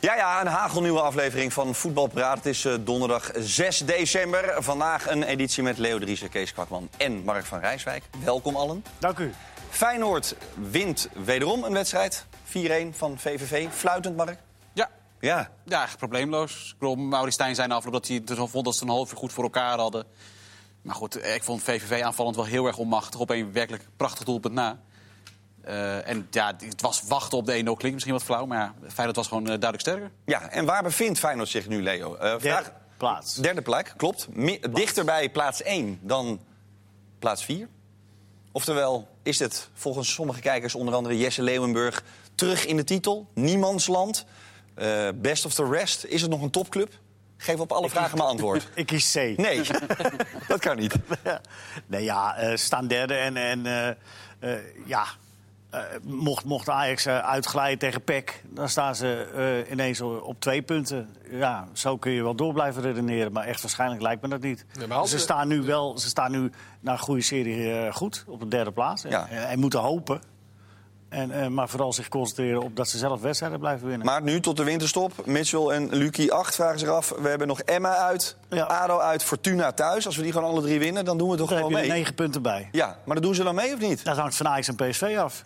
Ja, ja, een hagelnieuwe aflevering van Voetbalpraat. Het is eh, donderdag 6 december. Vandaag een editie met Leo Driessen, Kees Kwakman en Mark van Rijswijk. Welkom allen. Dank u. Feyenoord wint wederom een wedstrijd. 4-1 van VVV. Fluitend, Mark. Ja, Ja, ja echt probleemloos. Ik bedoel, Mauri Stijn zei na afloop dat hij het zo vond dat ze een half uur goed voor elkaar hadden. Maar goed, eh, ik vond VVV aanvallend wel heel erg onmachtig. Op een werkelijk prachtig doelpunt na. Eh, en ja, het was wachten op de 1-0 klinkt misschien wat flauw, maar ja, Feyenoord was gewoon eh, duidelijk sterker. ja. En waar bevindt Feyenoord zich nu, Leo? Eh, Derde vraag- plaats. Derde plek, klopt. Mi- Dichter bij plaats 1 dan plaats 4. Oftewel, is het volgens sommige kijkers, onder andere Jesse Leeuwenburg... terug in de titel, niemandsland, eh, best of the rest. Is het nog een topclub? Geef op alle vragen maar antwoord. Ik kies C. Nee, Nee, dat kan niet. ja, eh, ze staan derde en, en eh, eh, ja... eh, mocht, mocht Ajax eh, uitglijden tegen PEC, dan staan ze eh, ineens o- op twee punten. Ja, zo kun je wel door blijven redeneren, maar echt waarschijnlijk lijkt me dat niet. Nee, maar als ze, we- staan nu wel, ze staan nu na een goede serie eh, goed, op de derde plaats. En- Ja. En, en moeten hopen, en, eh, maar vooral zich concentreren op dat ze zelf wedstrijden blijven winnen. Maar nu tot de winterstop. Mitchell en Lucky 8 vragen zich af. We hebben nog Emma uit, Ja. ADO uit, Fortuna thuis. Als we die gewoon alle drie winnen, dan doen we toch Daar heb gewoon je er mee. negen punten bij. Ja, maar dat doen ze dan mee of niet? Dat hangt van Ajax en PSV af.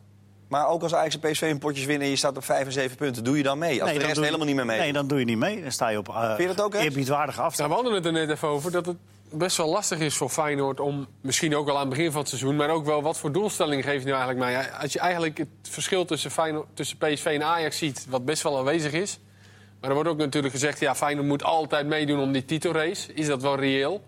Maar ook als Ajax en PSV hun potjes winnen en je staat op 5 en 7 punten, doe je dan mee? Als de dan rest doe je- helemaal niet meer mee. Nee, dan doe je niet mee. Dan sta je op eh, je dat ook, hè? eerbiedwaardige Nou, afstand. we hadden het er net even over dat het best wel lastig is voor Feyenoord om misschien ook wel aan het begin van het seizoen, maar ook wel wat voor doelstelling geeft hij nu eigenlijk mee. Ja, Als je eigenlijk het verschil tussen, Feyenoord, tussen PSV en Ajax ziet, wat best wel aanwezig is. Maar er wordt ook natuurlijk gezegd, ja, Feyenoord moet altijd meedoen om die titelrace. Is dat wel reëel? Dat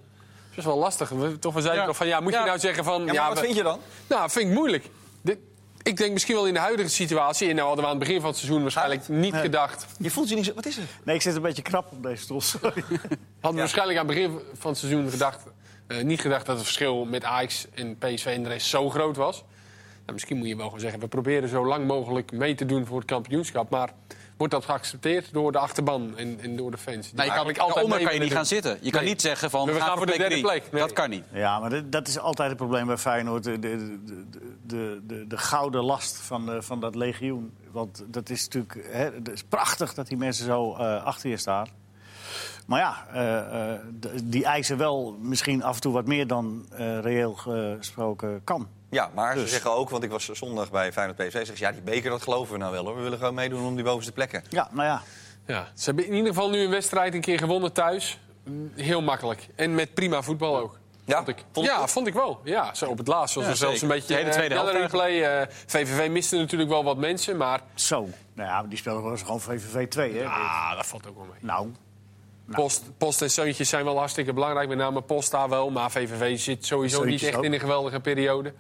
is best wel lastig. We, toch, we zeiden Ja. toch van, ja, moet Ja. je nou zeggen van... ja, maar wat we- vind je dan? Nou, vind ik moeilijk. Dit- ik denk misschien wel in de huidige situatie, en nou hadden we aan het begin van het seizoen Ah. waarschijnlijk niet gedacht... Je voelt je niet zo... Wat is het? Nee, ik zit een beetje krap op deze stoel. sorry. Hadden we waarschijnlijk aan het begin van het seizoen gedacht, eh, niet gedacht dat het verschil met Ajax en PSV en de rest zo groot was. Nou, misschien moet je wel gewoon zeggen, we proberen zo lang mogelijk mee te doen voor het kampioenschap. Maar wordt dat geaccepteerd door de achterban en, en door de fans? Nou, Die je kan, eigenlijk altijd daaronder mee kan je niet willen gaan zitten. Je kan Nee. niet zeggen van We gaan voor de derde drie. plek. Nee. Dat kan niet. ja, maar dat, dat is altijd het probleem bij Feyenoord. De, de, de, de, de, de gouden last van, eh, van dat legioen. Want dat is natuurlijk hè, het is prachtig dat die mensen zo eh, achter je staan. Maar ja, eh, eh, d- die eisen wel misschien af en toe wat meer dan eh, reëel gesproken kan. Ja, maar Dus. ze zeggen ook, want ik was zondag bij Feyenoord PSV... zeggen ze, ja, die beker, dat geloven we nou wel, hoor. We willen gewoon meedoen om die bovenste plekken. Ja, nou ja. doen. Ja, ze hebben in ieder geval nu een wedstrijd een keer gewonnen thuis. Mm, Heel makkelijk. En met prima voetbal ook. Ja? vond ik. Vond je ja, het? vond ik wel. Ja, zo op het laatst was Ja, er zelfs een zeker. beetje De hele eh, tweede helft gallery play. eh, VVV miste natuurlijk wel wat mensen, maar Zo. Nou ja, maar die spelen gewoon- gewoon VVV 2, hè? ah, dat valt ook wel mee. Nou, Post, post en Seuntjes zijn wel hartstikke belangrijk. Met name Post daar wel. Maar VVV zit sowieso Seuntjes niet echt ook. in een geweldige periode.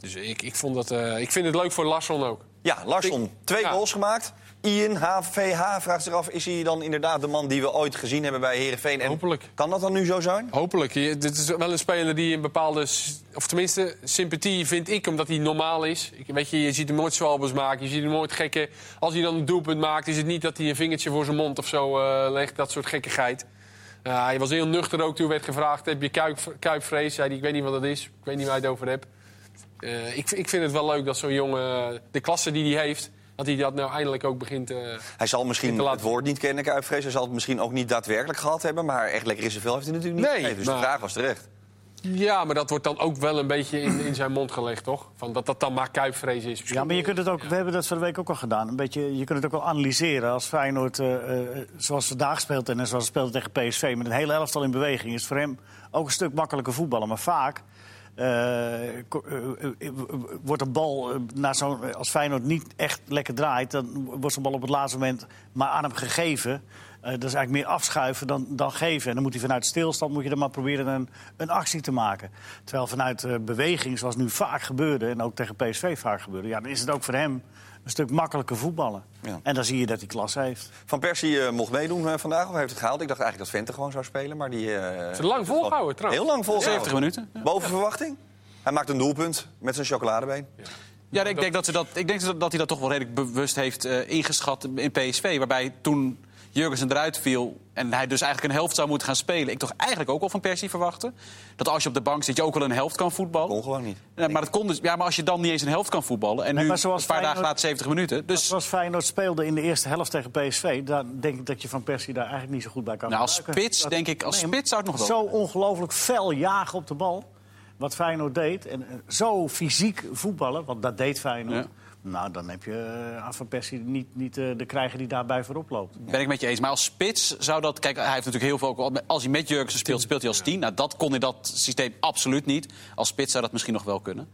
Dus ik, ik, vond dat, eh, ik vind het leuk voor Larsson ook. Ja, Larsson, twee Ja. goals gemaakt. Ian, HVH, vraagt zich af, is hij dan inderdaad de man die we ooit gezien hebben bij Herenveen? En Hopelijk. Kan dat dan nu zo zijn? Hopelijk. Je- Dit is wel een speler die een bepaalde... s- Of tenminste, sympathie vind ik, omdat hij normaal is. Ik, weet je, je ziet hem nooit zwalbers maken. Je ziet hem nooit gekke... Als hij dan een doelpunt maakt, is het niet dat hij een vingertje voor zijn mond of zo eh, legt. Dat soort gekkigheid. Eh, hij was heel nuchter ook toen werd gevraagd... heb je kuip, kuipvrees? Zei hij, ik weet niet wat dat is. Ik weet niet waar je het over hebt. Eh, ik, ik vind het wel leuk dat zo'n jongen... eh, De klasse die hij heeft, dat hij dat nou eindelijk ook begint... eh, Hij zal misschien te laten het woord niet kennen, Kuipvrees. Hij zal het misschien ook niet daadwerkelijk gehad hebben. Maar echt lekker in zijn vel heeft hij natuurlijk niet Nee, gegeven. Dus de maar- vraag was terecht. Ja, maar dat wordt dan ook wel een beetje in, in zijn mond gelegd, toch? Van dat dat dan maar kuipvrees is. Ja, maar je kunt het ook, we hebben dat van de week ook al gedaan. Een beetje, je kunt het ook wel analyseren. Als Feyenoord, eh, eh, zoals vandaag speelt en zoals het speelde tegen PSV... met een hele elftal in beweging, is het voor hem ook een stuk makkelijker voetballen. Maar vaak eh, ko- eh, eh, eh, wordt een bal, eh, na zo'n, als Feyenoord niet echt lekker draait... dan wordt zo'n bal op het laatste moment maar aan hem gegeven. Eh, dat is eigenlijk meer afschuiven dan, dan geven. En dan moet hij vanuit stilstand moet je dan maar proberen een, een actie te maken. Terwijl vanuit eh, beweging, zoals nu vaak gebeurde... en ook tegen PSV vaak gebeurde... Ja, dan is het ook voor hem een stuk makkelijker voetballen. Ja. En dan zie je dat hij klas heeft. Van Persie eh, mocht meedoen eh, vandaag, of heeft het gehaald? Ik dacht eigenlijk dat Vente gewoon zou spelen, maar die... eh, Ze lang volgehouden, trouwens. Heel lang volgehouden. 70 minuten. Ja. Boven verwachting. Hij maakt een doelpunt met zijn chocoladebeen. Ja, ik denk dat, ze dat, ik denk dat, dat hij dat toch wel redelijk bewust heeft eh, ingeschat in PSV. Waarbij toen Jurgensen eruit viel... en hij dus eigenlijk een helft zou moeten gaan spelen... ik toch eigenlijk ook al van Persie verwachten... dat als je op de bank zit, je ook al een helft kan voetballen. Kon gewoon niet. Ja, maar, dat kon dus, ja, maar als je dan niet eens een helft kan voetballen... Nee, en nu een maar paar zoals dagen Feyenoord- later 70 minuten... Dus Zoals Feyenoord speelde in de eerste helft tegen PSV... dan denk ik dat je Van Persie daar eigenlijk niet zo goed bij kan nou, als gebruiken. spits, denk ik, als Nee, maar spits zou het nog wel... Zo ongelooflijk fel jagen op de bal. Wat Feyenoord deed. En eh, zo fysiek voetballen, want dat deed Feyenoord. Nou, dan heb je eh, aan Van Persie niet, niet eh, de krijger die daarbij voorop loopt. Ben ik met je eens. Maar als spits zou dat... Kijk, hij heeft natuurlijk heel veel... ook- Als hij met Jurgensen speelt, speelt hij als tien. Nou, dat kon in dat systeem absoluut niet. Als spits zou dat misschien nog wel kunnen.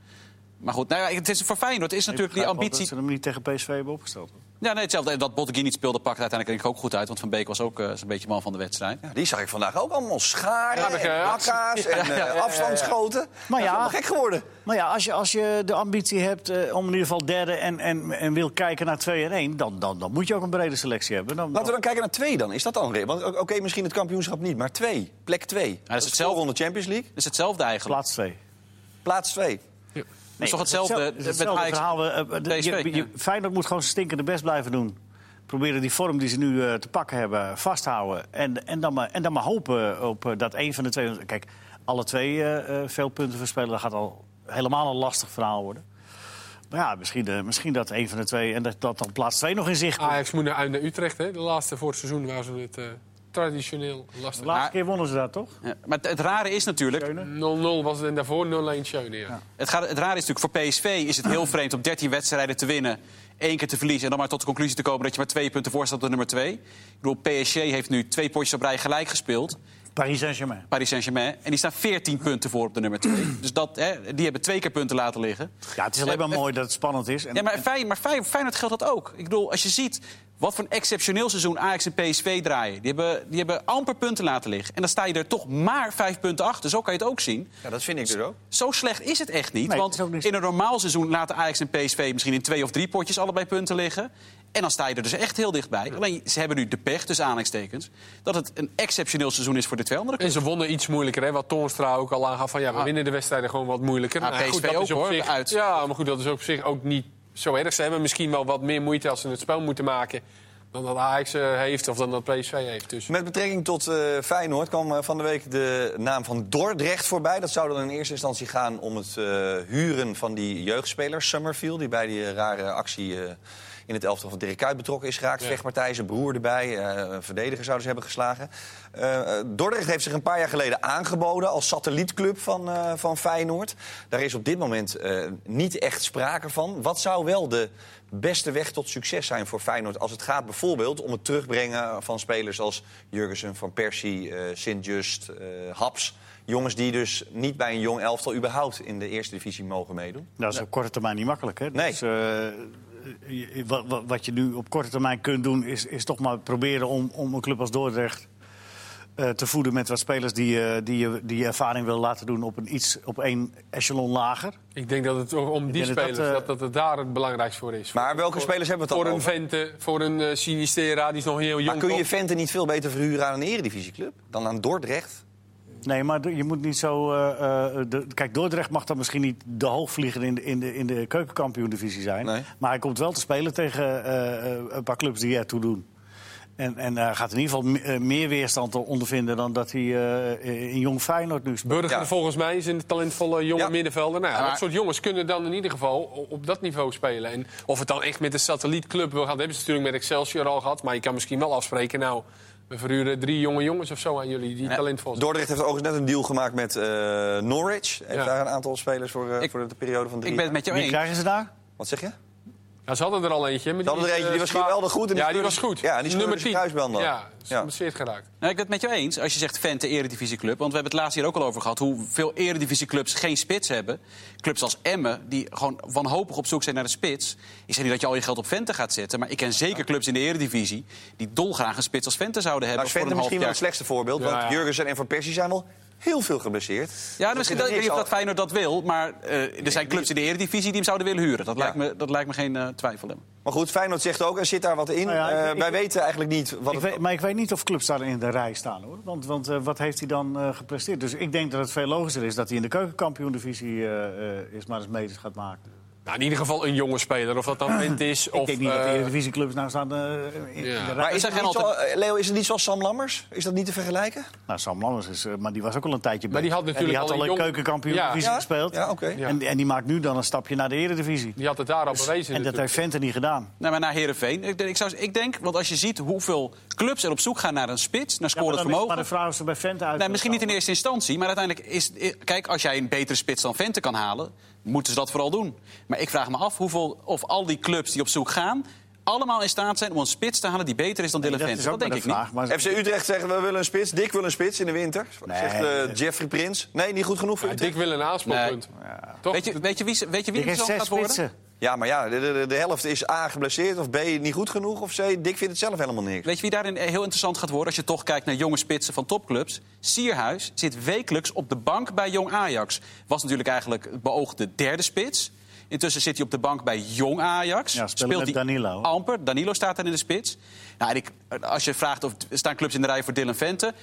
Maar goed, nou ja, het is voor Feyenoord is natuurlijk Ik begrijp die wel ambitie... Dat ze hem niet tegen PSV hebben opgesteld. Ja, nee, hetzelfde. En Dat Bottegui niet speelde, pakte uiteindelijk denk ik ook goed uit. Want Van Beek was ook eh, zo'n beetje man van de wedstrijd. Ja, die zag ik vandaag ook allemaal scharen Ja, dat en gaat. hakka's en eh, afstandsschoten. Maar Dat is ja. allemaal gek geworden. Maar ja, als je, als je de ambitie hebt eh, om in ieder geval derde en, en, en wil kijken naar 2 en 1... Dan, dan, dan moet je ook een brede selectie hebben. Dan, Laten we dan kijken naar twee dan. Is dat dan een Want o- oké, misschien het kampioenschap niet, maar twee. Plek twee. dat, is is hetzelfde. hetzelfde de Champions League. Het is hetzelfde eigenlijk. plaats 2. Plaats twee. Het is toch hetzelfde, het is hetzelfde met Ajax? verhaal. eh, eh, de- PSV, je- je- ja. Feyenoord moet gewoon zijn stinkende best blijven doen. Proberen die vorm die ze nu eh, te pakken hebben vasthouden. En, en, dan, maar, en dan maar hopen op eh, dat één van de twee... Kijk, alle twee eh, eh, veel punten verspelen, dat gaat al helemaal een lastig verhaal worden. Maar ja, misschien, eh, misschien dat één van de twee... en dat, dat dan plaats twee nog in zicht komt. Ajax moet naar, uit naar Utrecht, hè? De laatste voor het seizoen waar ze het eh, traditioneel lastig De laatste Maar- keer wonnen ze dat, toch? Ja, maar het, het rare is natuurlijk... 0-0 was het en daarvoor 0-1 Schöne, ja. Het, gaat, het rare is natuurlijk, voor PSV is het heel vreemd om 13 wedstrijden te winnen... één keer te verliezen en dan maar tot de conclusie te komen... dat je maar twee punten voor staat op de nummer twee. Ik bedoel, PSG heeft nu twee potjes op rij gelijk gespeeld. Paris Saint-Germain. Paris Saint-Germain. En die staan 14 punten voor op de nummer 2. Dus dat, hè, die hebben twee keer punten laten liggen. Ja, het is alleen maar mooi dat het spannend is. En, Ja, maar, Fey, maar Fey, Feyenoord geldt dat ook. Ik bedoel, als je ziet wat voor een exceptioneel seizoen Ajax en PSV draaien. Die hebben, die hebben amper punten laten liggen. En dan sta je er toch maar vijf punten achter. Zo kan je het ook zien. Ja, dat vind ik dus ook. Zo slecht is het echt niet. Nee, want het is ook niet in een normaal seizoen laten Ajax en PSV misschien in twee of drie potjes allebei punten liggen. En dan sta je er dus echt heel dichtbij. Alleen ze hebben nu de pech, tussen aanhalingstekens, dat het een exceptioneel seizoen is voor de twee andere En ze wonnen iets moeilijker, hè? Wat Toornstra ook al aangaf van ja, we Ah. winnen de wedstrijden gewoon wat moeilijker. Ah, Nou, PSV dat ook, is op hoor, zich, uit. Ja, maar goed, dat is op zich ook niet zo erg. Ze hebben misschien wel wat meer moeite als ze het spel moeten maken dan dat Ajax eh, heeft of dan dat PSV heeft. Dus Met betrekking tot eh, Feyenoord kwam eh, van de week de naam van Dordrecht voorbij. Dat zou dan in eerste instantie gaan om het eh, huren van die jeugdspeler Summerfield... die bij die eh, rare actie eh, in het elftal van Dirk Kuyt betrokken is geraakt. Ja. Vechtpartij, zijn broer erbij, eh, een verdediger zouden ze hebben geslagen. Eh, eh, Dordrecht heeft zich een paar jaar geleden aangeboden als satellietclub van, eh, van Feyenoord. Daar is op dit moment eh, niet echt sprake van. Wat zou wel de beste weg tot succes zijn voor Feyenoord... als het gaat bijvoorbeeld om het terugbrengen van spelers als Jurgensen, Van Persie, eh Sint-Just, eh, Haps... Jongens die dus niet bij een jong elftal überhaupt in de eerste divisie mogen meedoen. Nou, Dat is op korte termijn niet makkelijk. Hè? Nee. Dus, eh, je- wa- wa- wat je nu op korte termijn kunt doen, is, is toch maar proberen om, om een club als Dordrecht eh, te voeden met wat spelers die, eh, die, je- die je ervaring wil laten doen op een iets op één echelon lager. ik denk dat het om die denk dat spelers, dat, dat, eh, dat, het daar het belangrijkst voor is. Maar Voor- welke voor- spelers hebben we het Voor dan een over? Vente, voor een eh, Sinistera, die is nog heel jong. Maar kun je toch? Venten niet veel beter verhuren aan een eredivisieclub dan aan Dordrecht? Nee, maar d- je moet niet zo. eh, eh, de- kijk, Dordrecht mag dan misschien niet de hoogvlieger in de, in de, in de keukenkampioen-divisie zijn. Nee. Maar hij komt wel te spelen tegen eh, eh, een paar clubs die ertoe doen. En, en hij gaat in ieder geval me- eh, meer weerstand ondervinden dan dat hij eh, in jong Feyenoord nu speelt. Burger, Ja. volgens mij, is een talentvolle jonge Ja. middenvelder. Nou, ja, Maar- Dat soort jongens kunnen dan in ieder geval o- op dat niveau spelen. En of het dan echt met een satellietclub wil gaan, dat hebben ze natuurlijk met Excelsior al gehad. Maar je kan misschien wel afspreken, nou, we verhuren drie jonge jongens of zo aan jullie die talentvol zijn. Dordrecht heeft overigens net een deal gemaakt met eh, Norwich. Heeft Ja. daar een aantal spelers voor, eh, Ik- voor de periode van drie Ik ben het met jou Wie eens. krijgen ze daar? Wat zeg je? Nou, Ja, ze hadden er al eentje. maar Ze hadden er is, eentje, eh, die was zwaar- geweldig goed en die Ja, die scheurde- was goed. ja, die scheurde Nummer zijn 10. kruisband dan. Ja, is Ja. geblesseerd geraakt. Nou, ik ben het met jou eens als je zegt Vente Eredivisieclub. Want we hebben het laatst hier ook al over gehad hoeveel Eredivisieclubs geen spits hebben. Clubs als Emmen, die gewoon wanhopig op zoek zijn naar de spits. Ik zeg niet dat je al je geld op Vente gaat zetten. Maar ik ken zeker clubs in de Eredivisie die dolgraag een spits als Vente zouden Nou, hebben. is voor Venten misschien wel een half jaar. het slechtste voorbeeld. Ja, want ja. Jurgensen en Van Persie zijn wel heel veel geblesseerd. Ja, misschien dat, ik weet niet of dat fijn. Feyenoord dat wil. Maar eh, er zijn clubs in de Eredivisie die hem zouden willen huren. Dat, lijkt, me, dat lijkt me geen eh, twijfel. Emma. Maar goed, Feyenoord zegt ook, er zit daar wat in. Nou ja, ik- Eh, wij ik- weten eigenlijk niet wat Ik het... weet, maar ik weet niet of clubs daar in de rij staan hoor. Want, want eh, wat heeft hij dan eh, gepresteerd? Dus ik denk dat het veel logischer is dat hij in de keukenkampioen-divisie eh, eh, is maar eens meters gaat maken. Nou, in ieder geval een jonge speler. Of dat Ah. dan Wint is Ik of... denk niet dat de eh, Eredivisieclubs nou staan eh, in Ja. Maar de rij. is dat zeggen niet altijd- zo- eh, Leo, is het niet zoals Sam Lammers? Is dat niet te vergelijken? Nou, Sam Lammers is, eh, maar die was ook al een tijdje Maar die bezig. had en die natuurlijk had al al een een jong- keukenkampioen Ja. divisie Ja? gespeeld. Ja, oké. Ja. En, en die maakt nu dan een stapje naar de Eredivisie. die had het daar al bewezen Dus- En dat natuurlijk. heeft Vente niet gedaan. Nou, maar naar Herenveen. Ik, denk- ik, zou, ik denk, want als je ziet hoeveel clubs er op zoek gaan naar een spits, naar maar, scorend dan is- vermogen. maar de vraag is er bij Vente uit. Nee, misschien niet in eerste instantie, maar uiteindelijk is. i- Kijk, als jij een betere spits dan Vente kan halen, moeten ze dat vooral doen. Maar ik vraag me af hoeveel, of al die clubs die op zoek gaan, allemaal in staat zijn om een spits te halen die beter is dan Dylan dat Vente. is ook Dat denk maar ik de vraag. niet. Maar FC Utrecht zegt, we willen een spits. Dick wil een spits in de winter. Zegt eh, Jeffrey Prins. Nee, niet goed genoeg voor Ja, Utrecht. Dick wil een aanspeelpunt. Toch? Weet je, weet je wie, ze- weet je wie ik heb het zes gaat worden? spitsen. Ja, maar ja, de, de, de helft is A, geblesseerd. Of B, niet goed genoeg. Of C, Dick vindt het zelf helemaal niks. Weet je wie daarin eh, heel interessant gaat worden als je toch kijkt naar jonge spitsen van topclubs? Sierhuis zit wekelijks op de bank bij Jong Ajax. Was natuurlijk eigenlijk het beoogde derde spits. Intussen zit hij op de bank bij Jong Ajax. Ja, speelt met hij Danilo. Amper. Danilo staat daar in de spits. Nou, en ik, als je vraagt of er staan clubs in de rij voor Dylan Vente.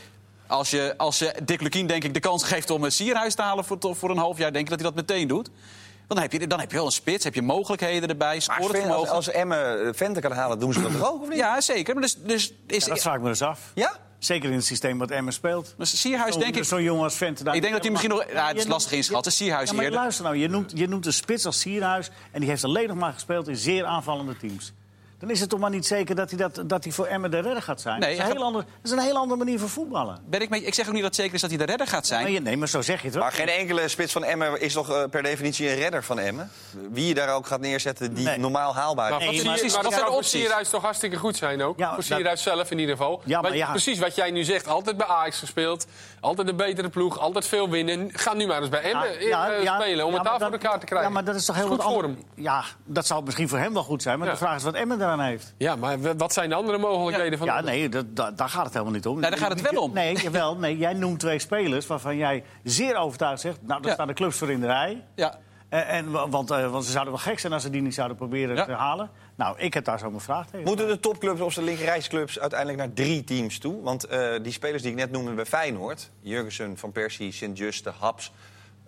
Als je, als je Dick Lukien denk ik de kans geeft om een Sierhuis te halen voor, voor een half jaar, denk ik dat hij dat meteen doet. Want dan heb je, dan heb je wel een spits, heb je mogelijkheden erbij, Maar ik scoren vind, als, vermogen. als Emme eh, Vente kan halen, doen ze dat toch ook, of niet? Ja, zeker. Maar dus, dus is, Ja, dat vraag ik me dus af. Ja? Zeker in het systeem wat Emmen speelt. dus Sierhuis denk ik Oh, Zo'n jong als Vente. daar- Ik denk dat hij misschien nog- ja, het is Je noemt- lastig inschatten. je- Sierhuis ja, maar eerder. Luister nou, je noemt, je noemt een spits als Sierhuis... en die heeft alleen nog maar gespeeld in zeer aanvallende teams. Dan is het toch maar niet zeker dat hij, dat, dat hij voor Emmen de redder gaat zijn. Nee, dat, is hij een heel ander, dat is een heel andere manier van voetballen. Ben ik, met je- ik zeg ook niet dat het zeker is dat hij de redder gaat zijn. Maar je, nee, maar zo zeg je het wel. Maar geen enkele spits van Emmen is toch eh, per definitie een redder van Emmen? Wie je daar ook gaat neerzetten die Nee. normaal haalbaar Maar is. Nee, wat zie maar je- precies, maar dat dat zijn zou op precies. Sierhuis toch hartstikke goed zijn ook. Ja, voor dat- Sierhuis zelf in ieder geval. Ja, maar Weet- ja. Precies wat jij nu zegt. Altijd bij Ajax gespeeld. Altijd de betere ploeg. Altijd veel winnen. Ga nu maar eens bij Emmen eh, eh, spelen. ja, Om het maar daar voor dat- elkaar te krijgen. Ja, maar dat is toch heel goed wat voor anders. hem. Ja, dat zou misschien voor hem wel goed zijn. Maar Ja. de vraag is wat Emmen daaraan heeft. Ja, maar w- wat zijn de andere mogelijkheden van Ja, de- nee, dat, dat- daar gaat het helemaal niet om. Nee, daar gaat het wel om. Nee, jawel, nee, jij noemt twee spelers waarvan jij zeer overtuigd zegt... nou, daar Ja. staan de clubs voor in de rij. Ja. En, en, wa- want, eh, want ze zouden wel gek zijn als ze die niet zouden proberen Ja. te halen. Nou, ik heb daar zo mijn vraag tegen. Moeten de topclubs of de linkerrijsclubs uiteindelijk naar drie teams toe? Want eh, die spelers die ik net noemde bij Feyenoord... Jurgensen, Van Persie, Sint-Juste, Haps...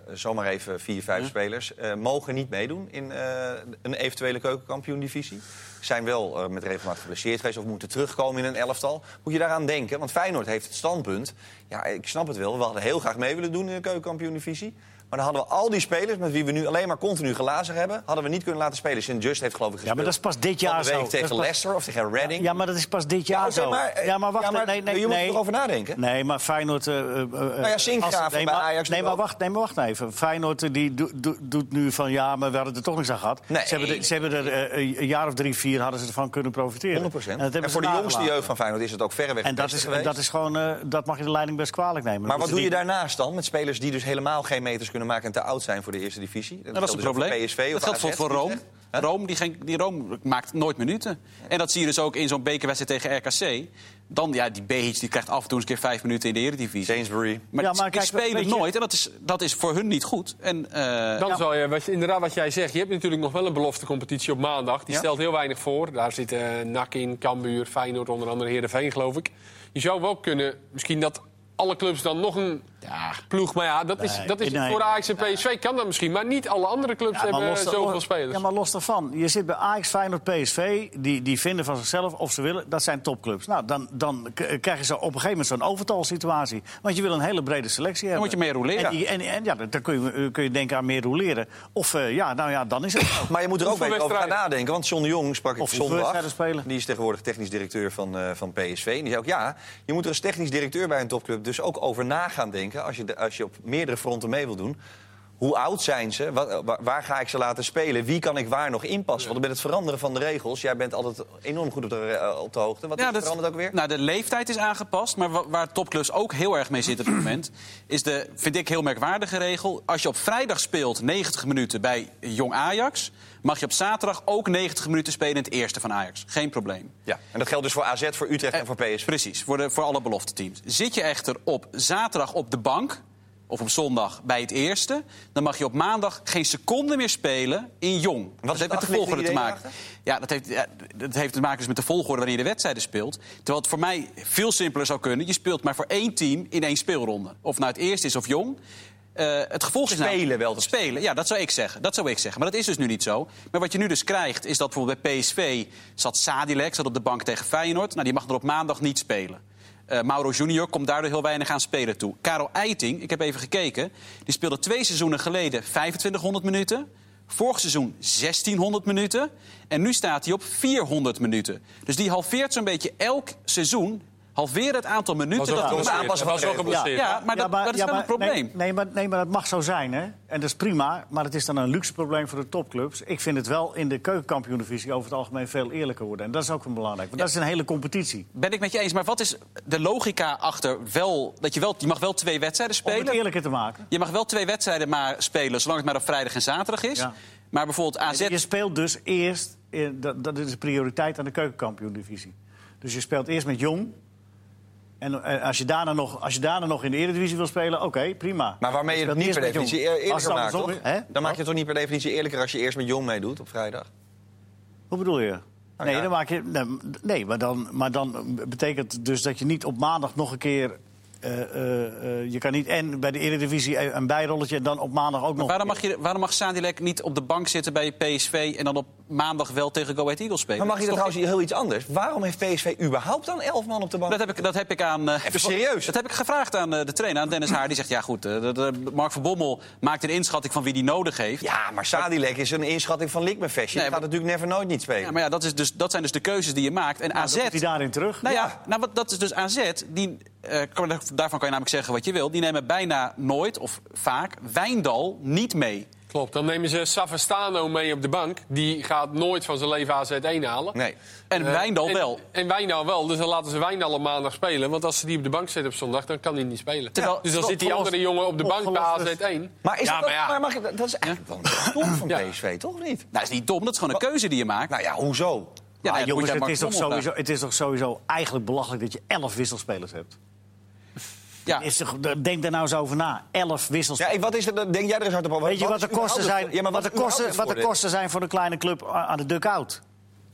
eh, zomaar even vier, vijf spelers... eh, mogen niet meedoen in eh, een eventuele keukenkampioen-divisie. Zijn wel eh, met regelmaat geblesseerd geweest of moeten terugkomen in een elftal. Moet je daaraan denken? Want Feyenoord heeft het standpunt... ja, ik snap het wel, we hadden heel graag mee willen doen in de keukenkampioen-divisie... Maar dan hadden we al die spelers met wie we nu alleen maar continu gelazig hebben... hadden we niet kunnen laten spelen. Sint-Just heeft geloof ik Ja, gespeeld. maar dat is pas dit jaar Van de week zo. Dat tegen is pas- Leicester of tegen Reading. Ja, maar dat is pas dit Ja, jaar oké, zo. maar, eh, ja, maar wacht. ja, maar nee, nee, je moet nee. erover Nou nadenken. Nee, maar Feyenoord... eh, eh, eh, als- Sinkgraven nee, bij maar- Ajax Nee, nu maar ook. wacht, nee, maar wacht even. Feyenoord eh, die do- do- doet nu van... ja, maar we hadden er toch niks aan gehad. Nee. Ze hebben er, ze hebben er eh, een- een jaar of drie, vier hadden ze ervan kunnen profiteren. 100 En, procent. dat En, hebben ze voor de jongste nagelaten. jeugd van Feyenoord is het ook verreweg En het dat beste is, en geweest. dat is gewoon... eh, dat mag je de leiding best kwalijk nemen. maar wat Dus doe je die- daarnaast dan met spelers die dus helemaal geen meters kunnen maken... en te oud zijn voor de eerste divisie? Nou, dat is geldt een dus ook voor probleem. PSV dat of geldt voor, AZ, voor die Rome. zegt, hè? Rome, die, geen- die Rome maakt nooit minuten. En dat zie je dus ook in zo'n bekerwedstrijd tegen RKC. Dan, ja, die Behic die krijgt af en toe eens een keer vijf minuten in de Eredivisie. Sainsbury. Maar, Ja, die- maar kijk, die spelen weet je- nooit en dat is, dat is voor hun niet goed. En, eh, Dan Nou. zal je, wat je- inderdaad wat jij zegt, je hebt natuurlijk nog wel een belofte competitie op maandag. Die Ja. stelt heel weinig voor. Daar zitten eh, NAC in, Cambuur, Feyenoord, onder andere Heerenveen, geloof ik. Je zou wel kunnen, misschien dat alle clubs dan nog een Ja. ploeg... Maar ja, dat is, Nee, dat is nee, voor Ajax en PSV kan dat misschien. Maar niet alle andere clubs Ja, maar hebben los- zoveel los- spelers. Ja, maar los daarvan. Je zit bij Ajax, Feyenoord, PSV. Die, die vinden van zichzelf of ze willen. Dat zijn topclubs. Nou, dan, dan k- krijg je zo op een gegeven moment zo'n overtalsituatie. Want je wil een hele brede selectie hebben. moet je meer roleren. En, die- en, en ja, dan kun je, eh, kun je denken aan meer roleren. Of eh, ja, nou ja, dan is het. Maar je moet er ook Hoeveel even over gaan wedstrijden? nadenken. Want John de Jong sprak ik Of hoeveel zondag. wedstrijden spelen? Die is tegenwoordig technisch directeur van, eh, van PSV. En die zei ook, ja, je moet er als technisch directeur bij een topclub... dus ook over na gaan denken als je, de- als je op meerdere fronten mee wil doen. Hoe oud zijn ze? Wa- wa- waar ga ik ze laten spelen? Wie kan ik waar nog inpassen? Want met het veranderen van de regels... jij bent altijd enorm goed op de, re- eh, op de hoogte. Wat is dat- veranderd ook weer? Nou, de leeftijd is aangepast. Maar wa- waar topclubs ook heel erg mee zitten op het moment... is de, vind ik, heel merkwaardige regel. Als je op vrijdag speelt 90 minuten bij Jong Ajax... mag je op zaterdag ook 90 minuten spelen in het eerste van Ajax. Geen probleem. Ja, en dat geldt dus voor AZ, voor Utrecht en voor PSV. Precies, voor, de, voor alle belofte teams. Zit je echter op zaterdag op de bank... of op zondag bij het eerste... dan mag je op maandag geen seconde meer spelen in Jong. is het heeft met de algemene volgorde te idee maken. Ja, dat heeft, ja, dat heeft te maken dus met de volgorde waarin je de wedstrijden speelt. Terwijl het voor mij veel simpeler zou kunnen. Je speelt maar voor één team in één speelronde. Of nou het eerste is of jong. Eh, het gevolg is nou- Spelen wel te Spelen, ja, dat zou ik zeggen. Dat zou ik zeggen. Maar dat is dus nu niet zo. Maar wat je nu dus krijgt, is dat bijvoorbeeld bij PSV zat Sadilek zat op de bank tegen Feyenoord. Nou, die mag er op maandag niet spelen. Eh, Mauro Junior komt daardoor heel weinig aan spelen toe. Karel Eiting, ik heb even gekeken, die speelde twee seizoenen geleden 2500 minuten. Vorig seizoen 1600 minuten. En nu staat hij op 400 minuten. Dus die halveert zo'n beetje elk seizoen. Halveer het aantal minuten Was ook dat hij moet geblesseerd. aanpassen. Was ook geblesseerd. Ja, maar dat, dat is wel een probleem. Nee, nee, maar, nee, maar dat mag zo zijn, hè? En dat is prima, maar het is dan een luxe probleem voor de topclubs. Ik vind het wel in de keukenkampioen-divisie over het algemeen veel eerlijker worden. En dat is ook een belangrijk, want dat is een hele competitie. Ben ik met je eens, maar wat is de logica achter wel, dat je, wel, je mag wel twee wedstrijden Om het spelen? eerlijker te maken. Je mag wel twee wedstrijden maar spelen, zolang het maar op vrijdag en zaterdag is. Ja. Maar bijvoorbeeld AZ... Je speelt dus eerst, eh, dat, dat is de prioriteit aan de keukenkampioen-divisie. Dus je speelt eerst met Jong. En eh, als je daarna nog, als je daarna nog in de Eredivisie wil spelen, oké, prima. Maar waarmee je het speelt niet eerst per met Jong. definitie eer- Als eerlijker maakt, het andersom toch? is- hè? Dan maak je het toch niet per definitie eerlijker als je eerst met Jong meedoet op vrijdag? Hoe bedoel je? Nee, Nou ja. dan maak je, nee, m- nee maar, dan, maar dan betekent dus dat je niet op maandag nog een keer... eh, eh, eh, je kan niet en bij de Eredivisie een een bijrolletje en dan op maandag ook nog... Waarom mag, je, waarom mag Sadilek niet op de bank zitten bij PSV... en dan op maandag wel tegen Go Ahead Eagles spelen? Dan mag je Dat dat is toch- trouwens heel iets anders. Waarom heeft PSV überhaupt dan elf man op de bank? Dat heb ik, dat heb ik aan... eh, Even serieus? Dat heb ik gevraagd aan eh, de trainer, aan Dennis Haar. Die zegt, ja goed, eh, dat, eh, Mark van Bommel maakt een inschatting van wie die nodig heeft. Ja, maar Sadilek is een inschatting van Likmefest. Je Nee, gaat maar- natuurlijk never nooit niet spelen. Ja, maar ja, dat, is dus, dat zijn dus de keuzes die je maakt. En AZ... Zet hij daarin terug? Nou ja, nou, wat, dat is dus AZ. Die, eh, kan- daarvan kan je namelijk zeggen wat je wil. Die nemen bijna nooit, of vaak, Wijndal niet mee. Klopt, dan nemen ze Savastano mee op de bank. Die gaat nooit van zijn leven AZ1 halen. Nee. En Eh, Wijndal en- wel. En Wijndal wel, dus dan laten ze Wijndal op maandag spelen. Want als ze die op de bank zetten op zondag, dan kan hij niet spelen. Terwijl- dus dan Vol- zit die andere volgens- jongen op de bank bij volgens- AZ1. Maar, is ja, dat, maar ook- ja. maar mag, ik- dat is eigenlijk wel een dom van Ja. PSV, toch of niet? Dat Nou, is niet dom, dat is gewoon een keuze die je maakt. Nou ja, hoezo? Ja, Maar nou ja, moet Ah, jongens, jij het Mark is, toch Bommel sowieso, het is toch sowieso eigenlijk belachelijk dat je elf wisselspelers hebt? vragen. eh, Ja. Is toch, denk daar nou eens over na. Elf Ja, wisselspelers. ik- wat is er, denk jij er eens hard op? over? Weet je wat is de kosten überhaupt zijn, het- Ja, maar wat de is überhaupt kosten, het wat de voordeel? kosten zijn voor een kleine club a- aan de duck-out?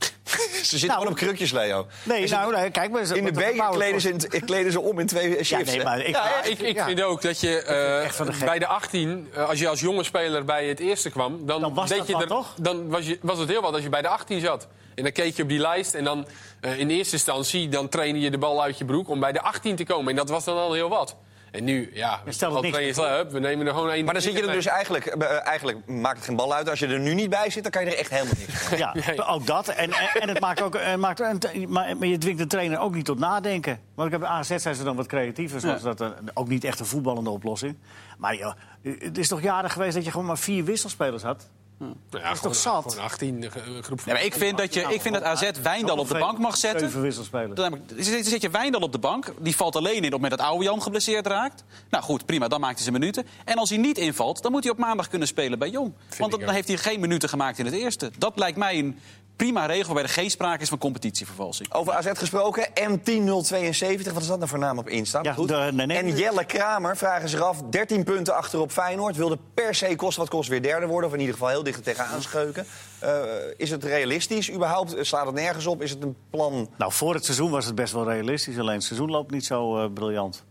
Ze zitten Nou, gewoon op krukjes, Leo. Nee, En ze- nou, nee, kijk maar. In de beker kleden ze, zit. in- eh, kleden ze om in twee shifts. nee, hè? maar ik- Ja, Ja, echt. ik ik Ja. vind ook dat je eh, echt van de gek. bij de 18, eh, als je als jonge speler bij het eerste kwam, dan, Dan was deed dat je wat, er- toch? Dan was, je, was het heel wat als je bij de 18 zat. En dan keek je op die lijst en dan eh, in eerste instantie dan trainde je de bal uit je broek om bij de 18 te komen. En dat was dan al heel wat. En nu, ja, stelt het al niks twee is hup, we nemen er gewoon één. Maar dan zit je er dus eigenlijk, eh, eigenlijk maakt het geen bal uit. Als je er nu niet bij zit, dan kan je er echt helemaal niks van. Ja, ook dat. En, en, en het maakt ook. eh, maakt, en, maar, maar je dwingt de trainer ook niet tot nadenken. Want ik heb AZ zijn ze dan wat creatiever. Zoals dat, eh, ook niet echt een voetballende oplossing. Maar joh, het is toch jaren geweest dat je gewoon maar vier wisselspelers had? Nou ja, is toch gewoon- zat? Gewoon 18 de ge- groep. Nee, maar ik vind dat, je, ik vind dat AZ Wijndal op de bank mag zetten. Zeven wisselspelers. Dan heb ik- zit zit je Wijndal op de bank. Die valt alleen in op het moment dat Ouwejan geblesseerd raakt. Nou goed, prima, dan maakt hij zijn minuten. En als hij niet invalt, dan moet hij op maandag kunnen spelen bij Jong. Want ik dan, dan ook. heeft hij geen minuten gemaakt in het eerste. Dat lijkt mij een prima regel waarbij er geen sprake is van competitievervalsing. Over AZ gesproken, M10072, wat is dat nou voor naam op Insta? Ja, Goed. de- nee, nee. En Jelle Kramer vragen zich af, 13 punten achter op Feyenoord... wilde per se kost wat kost weer derde worden... of in ieder geval heel dicht er tegenaan scheuken. Eh, is het realistisch überhaupt? Slaat het nergens op? Is het een plan? Nou, voor het seizoen was het best wel realistisch. Alleen het seizoen loopt niet zo eh, briljant.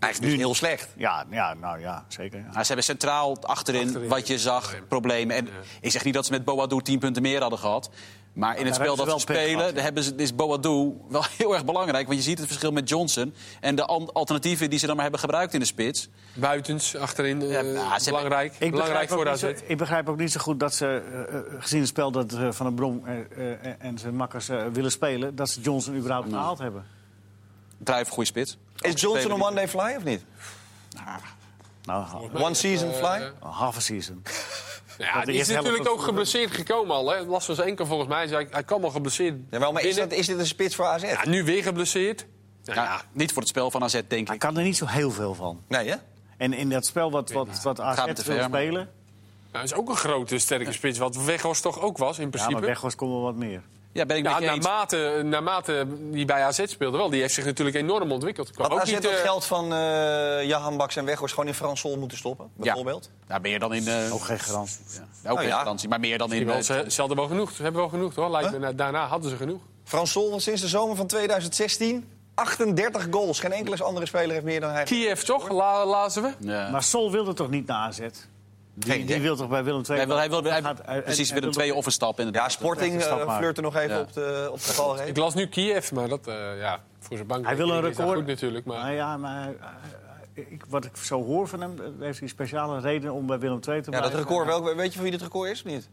Eigenlijk dus heel slecht. Ja, ja, nou ja, zeker. ja. Nou, ze hebben centraal achterin, Achterin. wat je zag, problemen. En ik zeg niet dat ze met Boadu tien punten meer hadden gehad. Maar in het daar spel dat ze hebben ze wel pech spelen gehad, ja. daar hebben ze, is Boadu wel heel erg belangrijk. Want je ziet het verschil met Johnson en de an- alternatieven die ze dan maar hebben gebruikt in de spits. Buitens achterin, eh, Ja, nou, ze hebben- belangrijk. Ik belangrijk begrijp, ook voor niet AZ. zo, ik begrijp ook niet zo goed dat ze, eh, eh, gezien het spel dat eh, Van den Brom eh, eh, en zijn makkers eh, willen spelen... dat ze Johnson überhaupt gehaald hebben. Druif, goede spits. Is Johnson een one-day fly of niet? Nou, ha- eh, One season fly? half a season. Ja, Dat de die is eerste helft natuurlijk was- ook geblesseerd gekomen al. Hè. Last van zijn enkel volgens mij. Hij, hij kwam al geblesseerd. Ja, wel, maar is, binnen. dat, is dit een spits voor AZ? Ja, nu weer geblesseerd. Nou Ja, ja, Niet voor het spel van AZ, denk Hij ik. kan er niet zo heel veel van. Nee, hè? En in dat spel wat, wat, wat AZ me te wil ver, maar- spelen... dat Nou, is ook een grote sterke spits. Wat Weghorst toch ook was in Ja, principe. maar weg was komen wat meer. Ja, ben ik Ja, nou, met je eens. naarmate, naarmate die bij AZ speelde wel. Die heeft zich natuurlijk enorm ontwikkeld. Kwam Had ook AZ niet, dat eh, geld van eh Jahan Baks en Weghorst gewoon in Fransol moeten stoppen? Bijvoorbeeld? Nou, meer dan in... eh, Ook geen garantie. ja, ook Oh, in ja. garantie, maar meer dan in... wel, eh, ze, ze hadden wel nou, genoeg. Ze hebben wel genoeg, hoor. Lijkt me, na- daarna hadden ze genoeg. Frans Sol was sinds de zomer van 2016 38 goals. Geen enkele andere speler heeft meer dan hij. Kiev toch, La- lazen we? Ja. Maar Sol wilde toch niet naar AZ? Die, Geen idee. die wil toch bij Willem II? Hij wil, hij wil, hij- gaat- hij- hij- precies, hij weer een wil twee of een stap. Ja, Inderdaad. Sporting Dat is een stap eh maken. flirt er nog even Ja. op de, op de valreep. Ik las nu Kiev, maar dat, eh, ja, voor zijn bank. Hij wil een is dat record. goed natuurlijk, maar... Nou ja, maar hij- hij- ik, wat ik zo hoor van hem, eh, heeft hij speciale reden om bij Willem II te Ja, blijven. dat record, welk, weet je van wie dat record is of niet?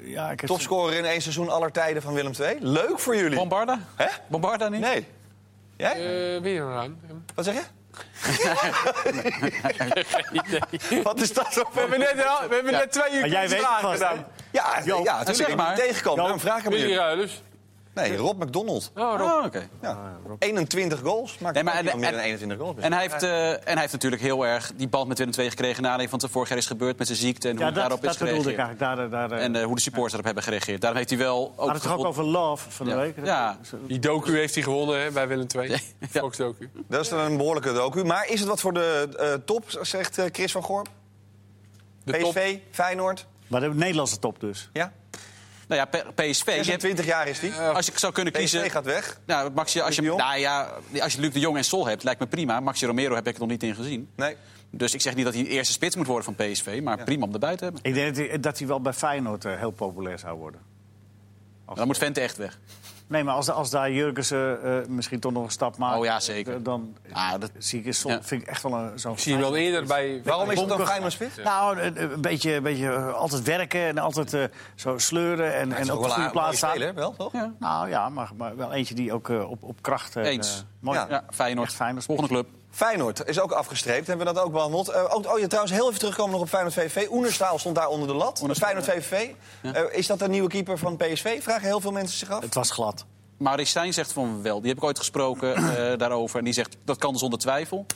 Ja, ik heb Topscorer in één seizoen aller tijden van Willem II. Leuk voor jullie. eh. Bombarda? Hè? Bombarda niet? Nee. Jij? Eh, weer een ruim. Wat zeg je? Wat is dat zo? We hebben net, we hebben net twee uur Maar jij weet het vragen vast, hè? gedaan. Ja, ja, Joop, natuurlijk. zeg ik maar. ben tegenkomen. Daarom vraag ik hem Wie jullie. ruilers? Nee, Rob McDonald. Oh, Rob. Oh, oké. Ja. 21 goals. Maakt Nee, maar ook en- niet meer en- dan 21 goals. En hij, heeft, eh, en hij heeft natuurlijk heel erg die band met Willem II gekregen... naar aanleiding van wat er vorig jaar is gebeurd met zijn ziekte... en hoe Ja, het dat, daarop is dat bedoelde ik gereageerd. eigenlijk. Daar, daar, eh, En eh, hoe de supporters erop hebben gereageerd. Daarom heeft hij wel ook... had het toch ook gevoel- over love van de Ja. week? Ja. Die docu heeft hij gewonnen hè, bij Willem II. Ja. Fox docu. Dat is dan een behoorlijke docu. Maar is het wat voor de eh, top, zegt eh, Chris van Goor? De top. PSV, Feyenoord. Maar de Nederlandse top dus. Ja. Nou ja, P- PSV. je hebt- 26 jaar is die. als je zou kunnen kiezen... PSV gaat weg. Nou, Maxi, als je, Luc de Jong? nou ja, als je Luc de Jong en Sol hebt, lijkt me prima. Maxi Romero heb ik er nog niet in gezien. Nee. Dus ik zeg niet dat hij de eerste spits moet worden van PSV, maar prima om erbij te hebben. Ik denk dat hij, dat hij wel bij Feyenoord eh, heel populair zou worden. Dan moet Vente echt weg. Nee, maar als, als daar Jurgensen eh, misschien toch nog een stap maakt... Oh ja, zeker. eh, Dan Ah, dat, zie ik, is soms- Ja. vind ik echt wel een- zo'n... Ik zie hem wel eerder bij... Waarom is het dan Bonker. Feyenoord spits? Nou, een, een beetje, een beetje eh, altijd werken en altijd eh, zo sleuren en, en Hij is op de ook wel goede een plaats mooie staan. speler, wel toch? ja, Nou ja, maar, maar wel eentje die ook eh, op, op kracht... eh, Eens. eh, mooi. Ja. ja, Feyenoord. Echt Feyenoord. Volgende club. Feyenoord is ook afgestreept. Hebben we dat ook behandeld. Eh, ook, oh ja, trouwens, heel even terugkomen nog op Feyenoord VVV. Oenerstaal stond daar onder de lat. Oenerstaal, Feyenoord VVV. Eh, is dat de nieuwe keeper van PSV? Vragen heel veel mensen zich af. Het was glad. Maurice Stijn zegt van wel. Die heb ik ooit gesproken eh, daarover. En die zegt dat kan zonder twijfel.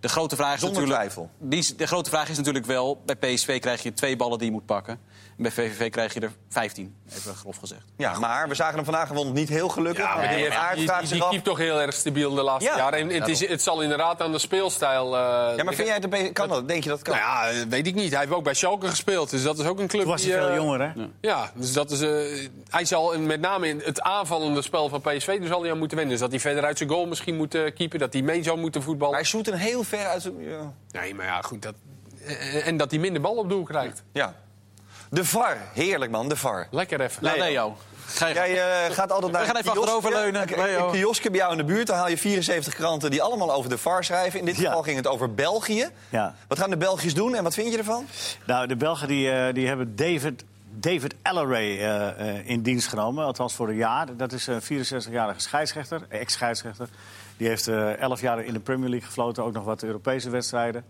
De grote vraag is Zonder natuurlijk. twijfel. Die, is- de grote vraag is natuurlijk wel: bij PSV krijg je twee ballen die je moet pakken. En bij VVV krijg je er 15, even grof gezegd. Ja, maar we zagen hem vandaag gewoon niet heel gelukkig. Ja, maar die, heeft- Aard die, vraagt die, zich die af. keept toch heel erg stabiel de laatste Ja. jaren. En het, is, het zal inderdaad aan de speelstijl... eh, Ja, maar vind jij het een kan dat? Denk je dat kan? Nou ja, eh, weet ik niet. Hij heeft ook bij Schalke gespeeld. Dus dat is ook een club Toen was die... hij veel eh, jonger, hè? Ja, dus dat is, eh, hij zal in- met name in het aanvallende spel van PSV dus al die aan moeten wennen. Dus dat hij verder uit zijn goal misschien moet eh, keepen. Dat hij mee zou moeten voetballen. Hij shoot een heel ver uit zijn... Ja. Nee, maar ja, goed. Dat, eh, en dat hij minder bal op doel krijgt. Ja. De VAR. Heerlijk, man. De VAR. Lekker even. Nou, Leo. Leo. Ga je Jij eh, gaat altijd naar We gaan een even kioskje. achteroverleunen. Een- Nee, Een, joh. een kioskje bij jou in de buurt. Dan haal je 74 kranten die allemaal over de VAR schrijven. In dit Ja. geval ging het over België. Ja. Wat gaan de Belgiërs doen en wat vind je ervan? Nou, de Belgen die, eh, die hebben David, David Elleray eh, eh, in dienst genomen, althans voor een jaar. Dat is een 64-jarige scheidsrechter, eh, ex-scheidsrechter. Die heeft eh 11 jaar in de Premier League gefloten, ook nog wat Europese wedstrijden.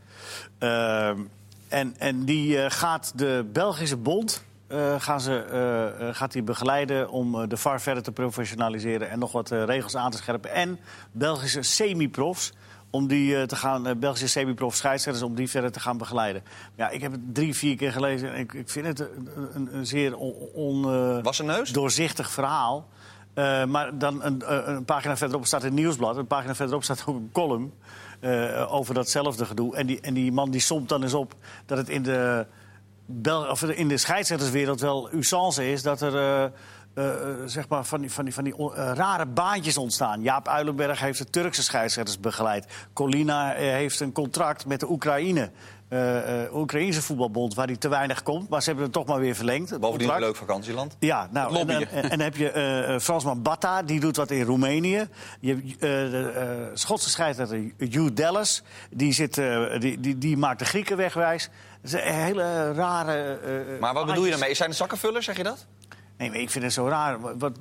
Ehm, en, en die eh, gaat de Belgische bond eh, gaan ze, eh, eh, gaat die begeleiden om eh, de VAR verder te professionaliseren... en nog wat eh, regels aan te scherpen. En Belgische semi-profs om die eh, te gaan, eh, Belgische semi-prof scheidsrechters, om die verder te gaan begeleiden. Ja, ik heb het drie, vier keer gelezen en ik, ik vind het een, een, een zeer on, on, eh, Wassenneus? doorzichtig verhaal. Eh, maar dan een, eh, een pagina verderop staat het nieuwsblad, een pagina verderop staat ook een column eh, over datzelfde gedoe. En die, en die man die somt dan eens op dat het in de, Bel of in de scheidsrechterswereld wel usance is dat er. eh, eh, eh, zeg maar van die, van die, van die on- eh, rare baantjes ontstaan. Jaap Uilenberg heeft de Turkse scheidsrechters begeleid. Colina eh, heeft een contract met de Oekraïne. eh eh, Oekraïnse voetbalbond, waar die te weinig komt. Maar ze hebben het toch maar weer verlengd. het Bovendien een contract. leuk vakantieland. Ja, nou, en, lobbyen. en, en dan heb je eh, eh, Fransman Batta, die doet wat in Roemenië. Je hebt eh, de eh, Schotse scheidsrechter Hugh Dallas, die, zit, eh, die, die, die maakt de Grieken wegwijs. Dat is een hele rare... eh, Maar wat bedoel Ah, je baantjes. daarmee? Zijn het zakkenvullers, zeg je dat? Nee, maar ik vind het zo raar. Wat, wat-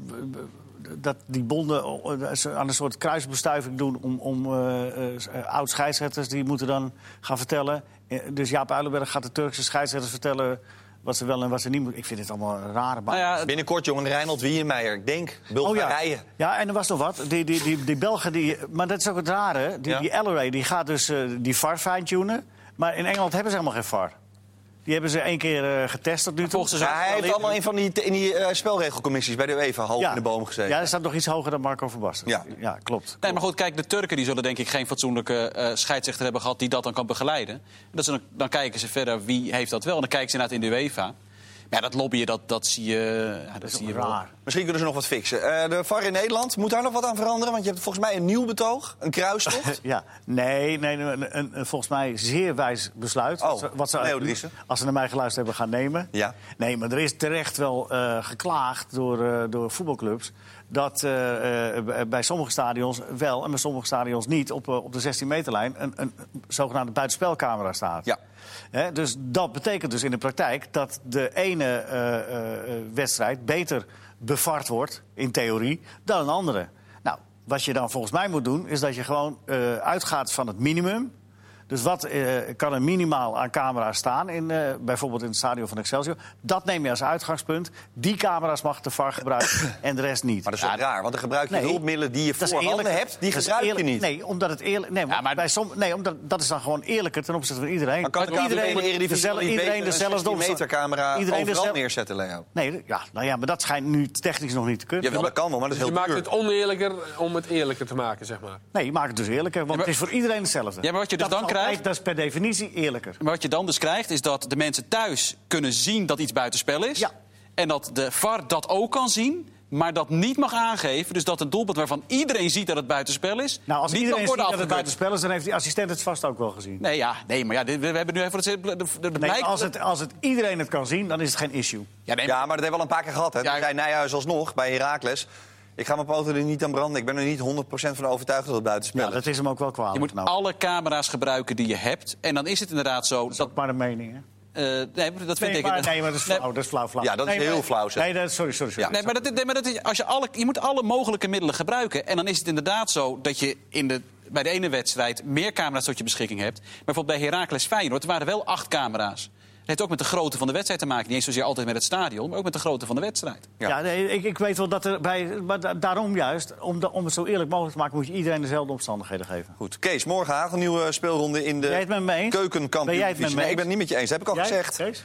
dat die bonden eh, dat ze aan een soort kruisbestuiving doen om, om eh, eh, s- eh, oud-scheidsrechters... die moeten dan gaan vertellen. Eh, Dus Jaap Uilenberg gaat de Turkse scheidsrechters vertellen... wat ze wel en wat ze niet moeten. Ik vind het allemaal een rare baan. Nou ja, het- Oh, Binnenkort, jongen, Reinhold Wiermeijer. Ik denk Oh ja. Bulgarije. ja, en er was nog wat. Die, die, die, die Belgen, die, maar dat is ook het rare. Die, Ja. die Elleray, die gaat dus eh, die VAR fine-tunen. Maar in Engeland hebben ze helemaal geen VAR. Die hebben ze één keer eh, getest tot nu toe. volgens Maar hij heeft Alleen- allemaal in van die, in die eh, spelregelcommissies bij de UEFA hoog in de boom gezeten. Ja, hij staat nog iets hoger dan Marco van Basten. Ja. ja klopt. Nee, maar goed, kijk, de Turken die zullen denk ik geen fatsoenlijke eh scheidsrechter hebben gehad die dat dan kan begeleiden. En dat ze dan, dan kijken ze verder wie heeft dat wel. En dan kijken ze naar het in de UEFA. Maar ja, dat lobbyen, dat, dat zie je, ja, dat zie je wel. Raar. Misschien kunnen ze nog wat fixen. Eh, de VAR in Nederland, moet daar nog wat aan veranderen? Want je hebt volgens mij een nieuw betoog, een kruistocht. Ja, nee, nee, nee, een, een, een volgens mij zeer wijs besluit. Oh, wat ze, wat ze- Leo Driessen. als ze naar mij geluisterd hebben, gaan nemen. Ja. Nee, maar er is terecht wel eh, geklaagd door, eh, door voetbalclubs... dat eh, eh, b- bij sommige stadions wel en bij sommige stadions niet... op, eh, op de 16-meterlijn een, een zogenaamde buitenspelcamera staat. Ja. Hè, dus dat betekent dus in de praktijk dat de ene eh, eh, eh, wedstrijd beter bevard wordt, in theorie, dan een andere. Nou, wat je dan volgens mij moet doen, is dat je gewoon eh, uitgaat van het minimum. Dus wat eh, kan er minimaal aan camera's staan, in, eh, bijvoorbeeld in het stadion van Excelsior? Dat neem je als uitgangspunt. Die camera's mag de VAR gebruiken en de rest niet. Maar dat is wel raar, want dan gebruik je Nee, hulpmiddelen die je dat is voorhanden eerlijk. hebt, die Dat is gebruik je eerlijk. niet. Nee, omdat het eerlijk... Nee, want maar- bij som, nee omdat, dat is dan gewoon eerlijker ten opzichte van iedereen. Maar kan de Dat KVB iedereen in de Eredivisie dezelfde- niet iedereen beter een dezelfde 16 camera Iedereen overal dezelfde- neerzetten, Leo? Nee, ja, nou ja, maar dat schijnt nu technisch nog niet te kunnen. Jawel, dat kan wel, maar dat is Je heel maakt duur. het oneerlijker om het eerlijker te maken, zeg maar. Nee, maak het dus eerlijker, want maar- het is voor iedereen hetzelfde. Ja, maar wat je dus dat dan is altijd- krijgt- Dat is per definitie eerlijker. Maar wat je dan dus krijgt, is dat de mensen thuis kunnen zien dat iets buitenspel is. Ja. En dat de VAR dat ook kan zien, maar dat niet mag aangeven. Dus dat een doelpunt waarvan iedereen ziet dat het buitenspel is, Nou, als niet iedereen mag ziet worden dat het afgekeurd. buitenspel is, dan heeft die assistent het vast ook wel gezien. Nee, ja, nee, maar ja, dit- we hebben nu even... het- De, de, Nee, de, blijk- als, het, als het iedereen het kan zien, dan is het geen issue. ja, nee, Ja, maar dat hebben we al een paar keer gehad. Hè. Ja, Toen zei Nijhuis alsnog bij Heracles... ik ga mijn poten er niet aan branden. Ik ben er niet 100% van overtuigd dat het buitenspel Ja, is. dat is hem ook wel kwalijk. Je moet nou. alle camera's gebruiken die je hebt. En dan is het inderdaad zo dat... Maar de mening, hè? eh, nee, maar dat vind Nee, ik... maar, nee, maar dat is flauw. Dat is flauw, flauw. Ja, dat is Nee, maar- heel flauw, zeg. Nee, dat, sorry, sorry. sorry. Nee, maar, dat, nee, maar dat is, als je, alle, je moet alle mogelijke middelen gebruiken. En dan is het inderdaad zo dat je in de, bij de ene wedstrijd meer camera's tot je beschikking hebt. Maar bijvoorbeeld bij Heracles Feyenoord er waren wel acht camera's. Het heeft ook met de grootte van de wedstrijd te maken. Niet eens zozeer altijd met het stadion, maar ook met de grootte van de wedstrijd. Ja. Ja, nee, ik, ik weet wel dat er bij. Maar da- daarom juist, om, da- om het zo eerlijk mogelijk te maken, moet je iedereen dezelfde omstandigheden geven. Goed. Kees, morgen Hagel, nieuwe speelronde in de Ben jij het met me eens? keukenkampioen. Ben jij het met me Nee, ik eens? ben het niet met je eens. Dat heb ik al Jij, gezegd. Kees?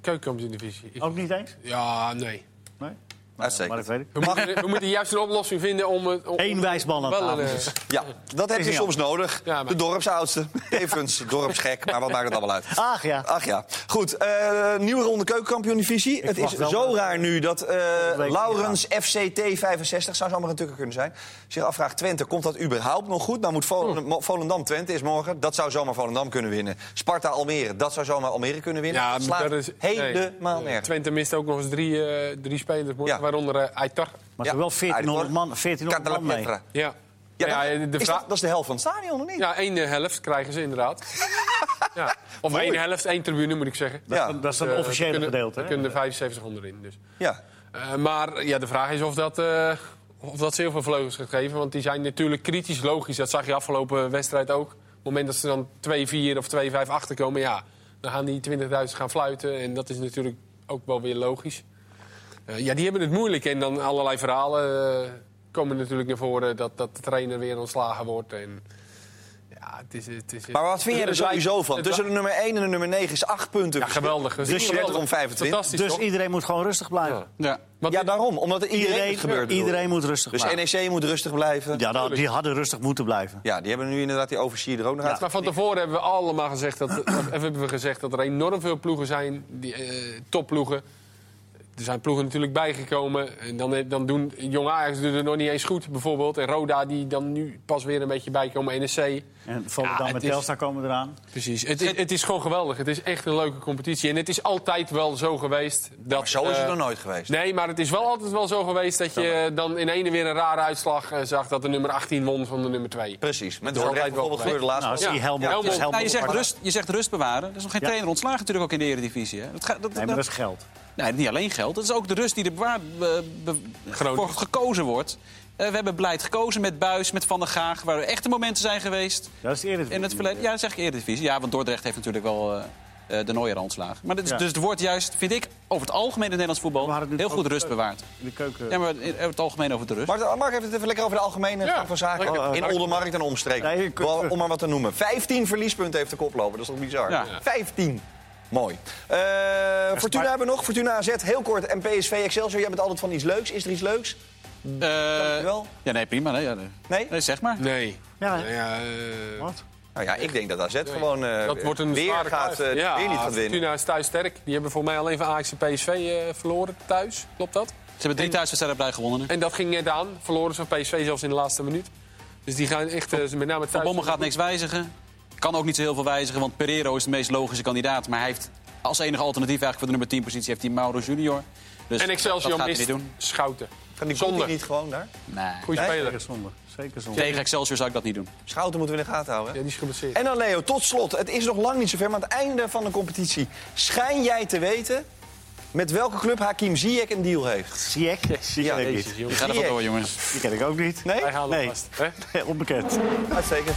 Keukenkampioen-divisie. Oh. Ik- Ook niet eens? Ja, nee. Nee? Maar dat Uitstekend. weet ik. We moeten, we moeten juist een oplossing vinden om het... om- Eén wijsbal aan wel een, tafel. eh, Ja, dat heb je niet soms nodig. Ja, maar- De dorpsoudste. Evens, dorpsgek, maar wat maakt het allemaal uit? Ach ja. Ach ja. Goed, eh, nieuwe ronde keukenkampioen-divisie. Het is verwacht wel zo dat- raar nu dat eh week Laurens FCT65, zou zomaar een tukker kunnen zijn, zich afvraagt Twente, komt dat überhaupt nog goed? Nou moet Hm. Vol- Mo- Volendam Twente is morgen, dat zou zomaar Volendam kunnen winnen. Sparta Almere, dat zou zomaar Almere kunnen winnen. Ja, dat maar slaat dat is nee. helemaal Eh, nergens. Twente mist ook nog eens drie, eh, drie spelers, morgen, Ja. waaronder eh, Aitar. Maar Ja. er wel 1400 man, 1400 man mee. Catalapietra. Ja. Ja, Ja, dat- eh, de is vraag- dat, dat is de helft van het stadion, of niet? Ja, één eh, helft krijgen ze inderdaad. ja. Of één helft, één tribune moet ik zeggen. Ja. Dat is- Dat is een Eh, officiële kunnen- gedeelte. Er hè? kunnen er 7500 in. Dus. Ja. Eh, maar ja, de vraag is of dat, eh, of dat ze heel veel vleugels gaat geven. Want die zijn natuurlijk kritisch logisch. Dat zag je afgelopen wedstrijd ook. Op het moment dat ze dan 2-4 of 2-5 achterkomen, ja, dan gaan die 20.000 gaan fluiten. En dat is natuurlijk ook wel weer logisch. Eh, ja, die hebben het moeilijk. En dan allerlei verhalen eh, komen natuurlijk naar voren. Dat, dat de trainer weer ontslagen wordt. En, ja, het is, het is, Maar wat vind jij er Het lijkt- sowieso van? het Tussen de nummer 1 en de nummer 9 is 8 punten. Ja, geweldig. Dat is Dus je werd geweldig. om 25. Fantastisch, Dus toch? iedereen moet gewoon rustig blijven. Ja. Ja. Want Ja, dit- daarom. Omdat er iedereen, Iedereen, het gebeurt. iedereen moet rustig Dus blijven. NEC moet rustig blijven. Ja. Ja, dan, die hadden rustig moeten blijven. die hebben nu inderdaad die overzier er ook nog uit. Maar van tevoren hebben we allemaal gezegd dat, of hebben we gezegd dat er enorm veel ploegen zijn, die, eh, topploegen. Er zijn ploegen natuurlijk bijgekomen. En dan, dan doen Jong Ajax doet het nog niet eens goed, bijvoorbeeld. En Roda, die dan nu pas weer een beetje bijkomen. NEC. En Volendam Ja, en het is- Telstar komen eraan. Nou, Precies. Het, het, het is gewoon geweldig. Het is echt een leuke competitie. En het is altijd wel zo geweest dat... Maar zo is het eh, nog nooit geweest. Nee, maar het is wel altijd wel zo geweest dat je eh, dan in ene weer een rare uitslag eh, zag... dat de nummer 18 won van de nummer 2. Precies. Met is Dordrecht altijd wel bijvoorbeeld gebeurde de laatste. Nou, keer. zie Ja. Helmond. Helmond. is Helmond Nou, je, op zegt pad. rust, je zegt rust bewaren. Er is nog geen Ja. trainer ontslagen natuurlijk ook in de Eredivisie. Hè? Dat, gaat- dat, Nee, maar dat- dat is geld. Nee, niet alleen geld. Dat is ook de rust die er bewaard, be- be- Groningen. voor gekozen wordt. Eh, we hebben beleid gekozen met Buis, met Van der Gaag... waar er echte momenten zijn geweest. Dat is eerder. In het verleden, ja, dat zeg ik Eredivisie. Ja, want Dordrecht heeft natuurlijk wel eh, eh, de Nooier ontslagen. Maar dit is- Ja. dus het wordt juist, vind ik, over het algemeen in het Nederlands We voetbal... hadden het nu heel goed over- rust bewaard. In de keuken. Ja, maar in- over het algemeen over de rust. Mark, Mark heeft het even lekker over de algemene Ja, Oh, gang van zaken. lekker. in Oldenmarkt en omstreken. Nee, ik- Wel, om maar wat te noemen. 15 verliespunten heeft de koploper. Dat is toch bizar? Ja. 15. Mooi. Eh, Fortuna maar- hebben we nog. Fortuna AZ, heel kort. En PSV Excelsior. Jij bent altijd van iets leuks. Is er iets leuks? Eh, Wel? ja, nee, prima. Nee, ja, nee. Nee? Nee, zeg maar. Nee. Ja, Nou ja, eh, wat? Nou ja, ik denk dat AZ gewoon eh, dat wordt een weer, zware gaat, kluif. eh, ja, weer niet gaat winnen. Fortuna is thuis sterk. Die hebben voor mij alleen van Ajax en PSV eh, verloren thuis. Klopt dat? Ze hebben drie thuiswedstrijden op rij gewonnen nu. En dat ging net aan. Verloren ze van PSV zelfs in de laatste minuut. Dus die gaan echt, eh, ze met name Van thuis... Bommel gaat niks wijzigen. Kan ook niet zo heel veel wijzigen, want Pereiro is de meest logische kandidaat. Maar hij heeft als enige alternatief eigenlijk voor de nummer 10 positie heeft hij Mauro Junior. Dus En Excelsior dat gaat hij mist niet doen. Schouten. Kan die Zonde. Conti niet gewoon daar? Nee. Goeie Nee? speler. Zeker zonde. Zeker zonde. Tegen Excelsior zou ik dat niet doen. Schouten moeten we in de gaten houden. hè? Ja, die is geblesseerd. En dan Leo, tot slot. Het is nog lang niet zover, maar aan het einde van de competitie... schijn jij te weten met welke club Hakim Ziyech een deal heeft? Ziyech? Ziyech Ja, weet ik deze niet. Jezus, Ik jongens. ga ervan door, jongens. Die ken ik ook niet. Nee? Wij halen Nee. hem vast. Hè? Onbekend. Uitstekend.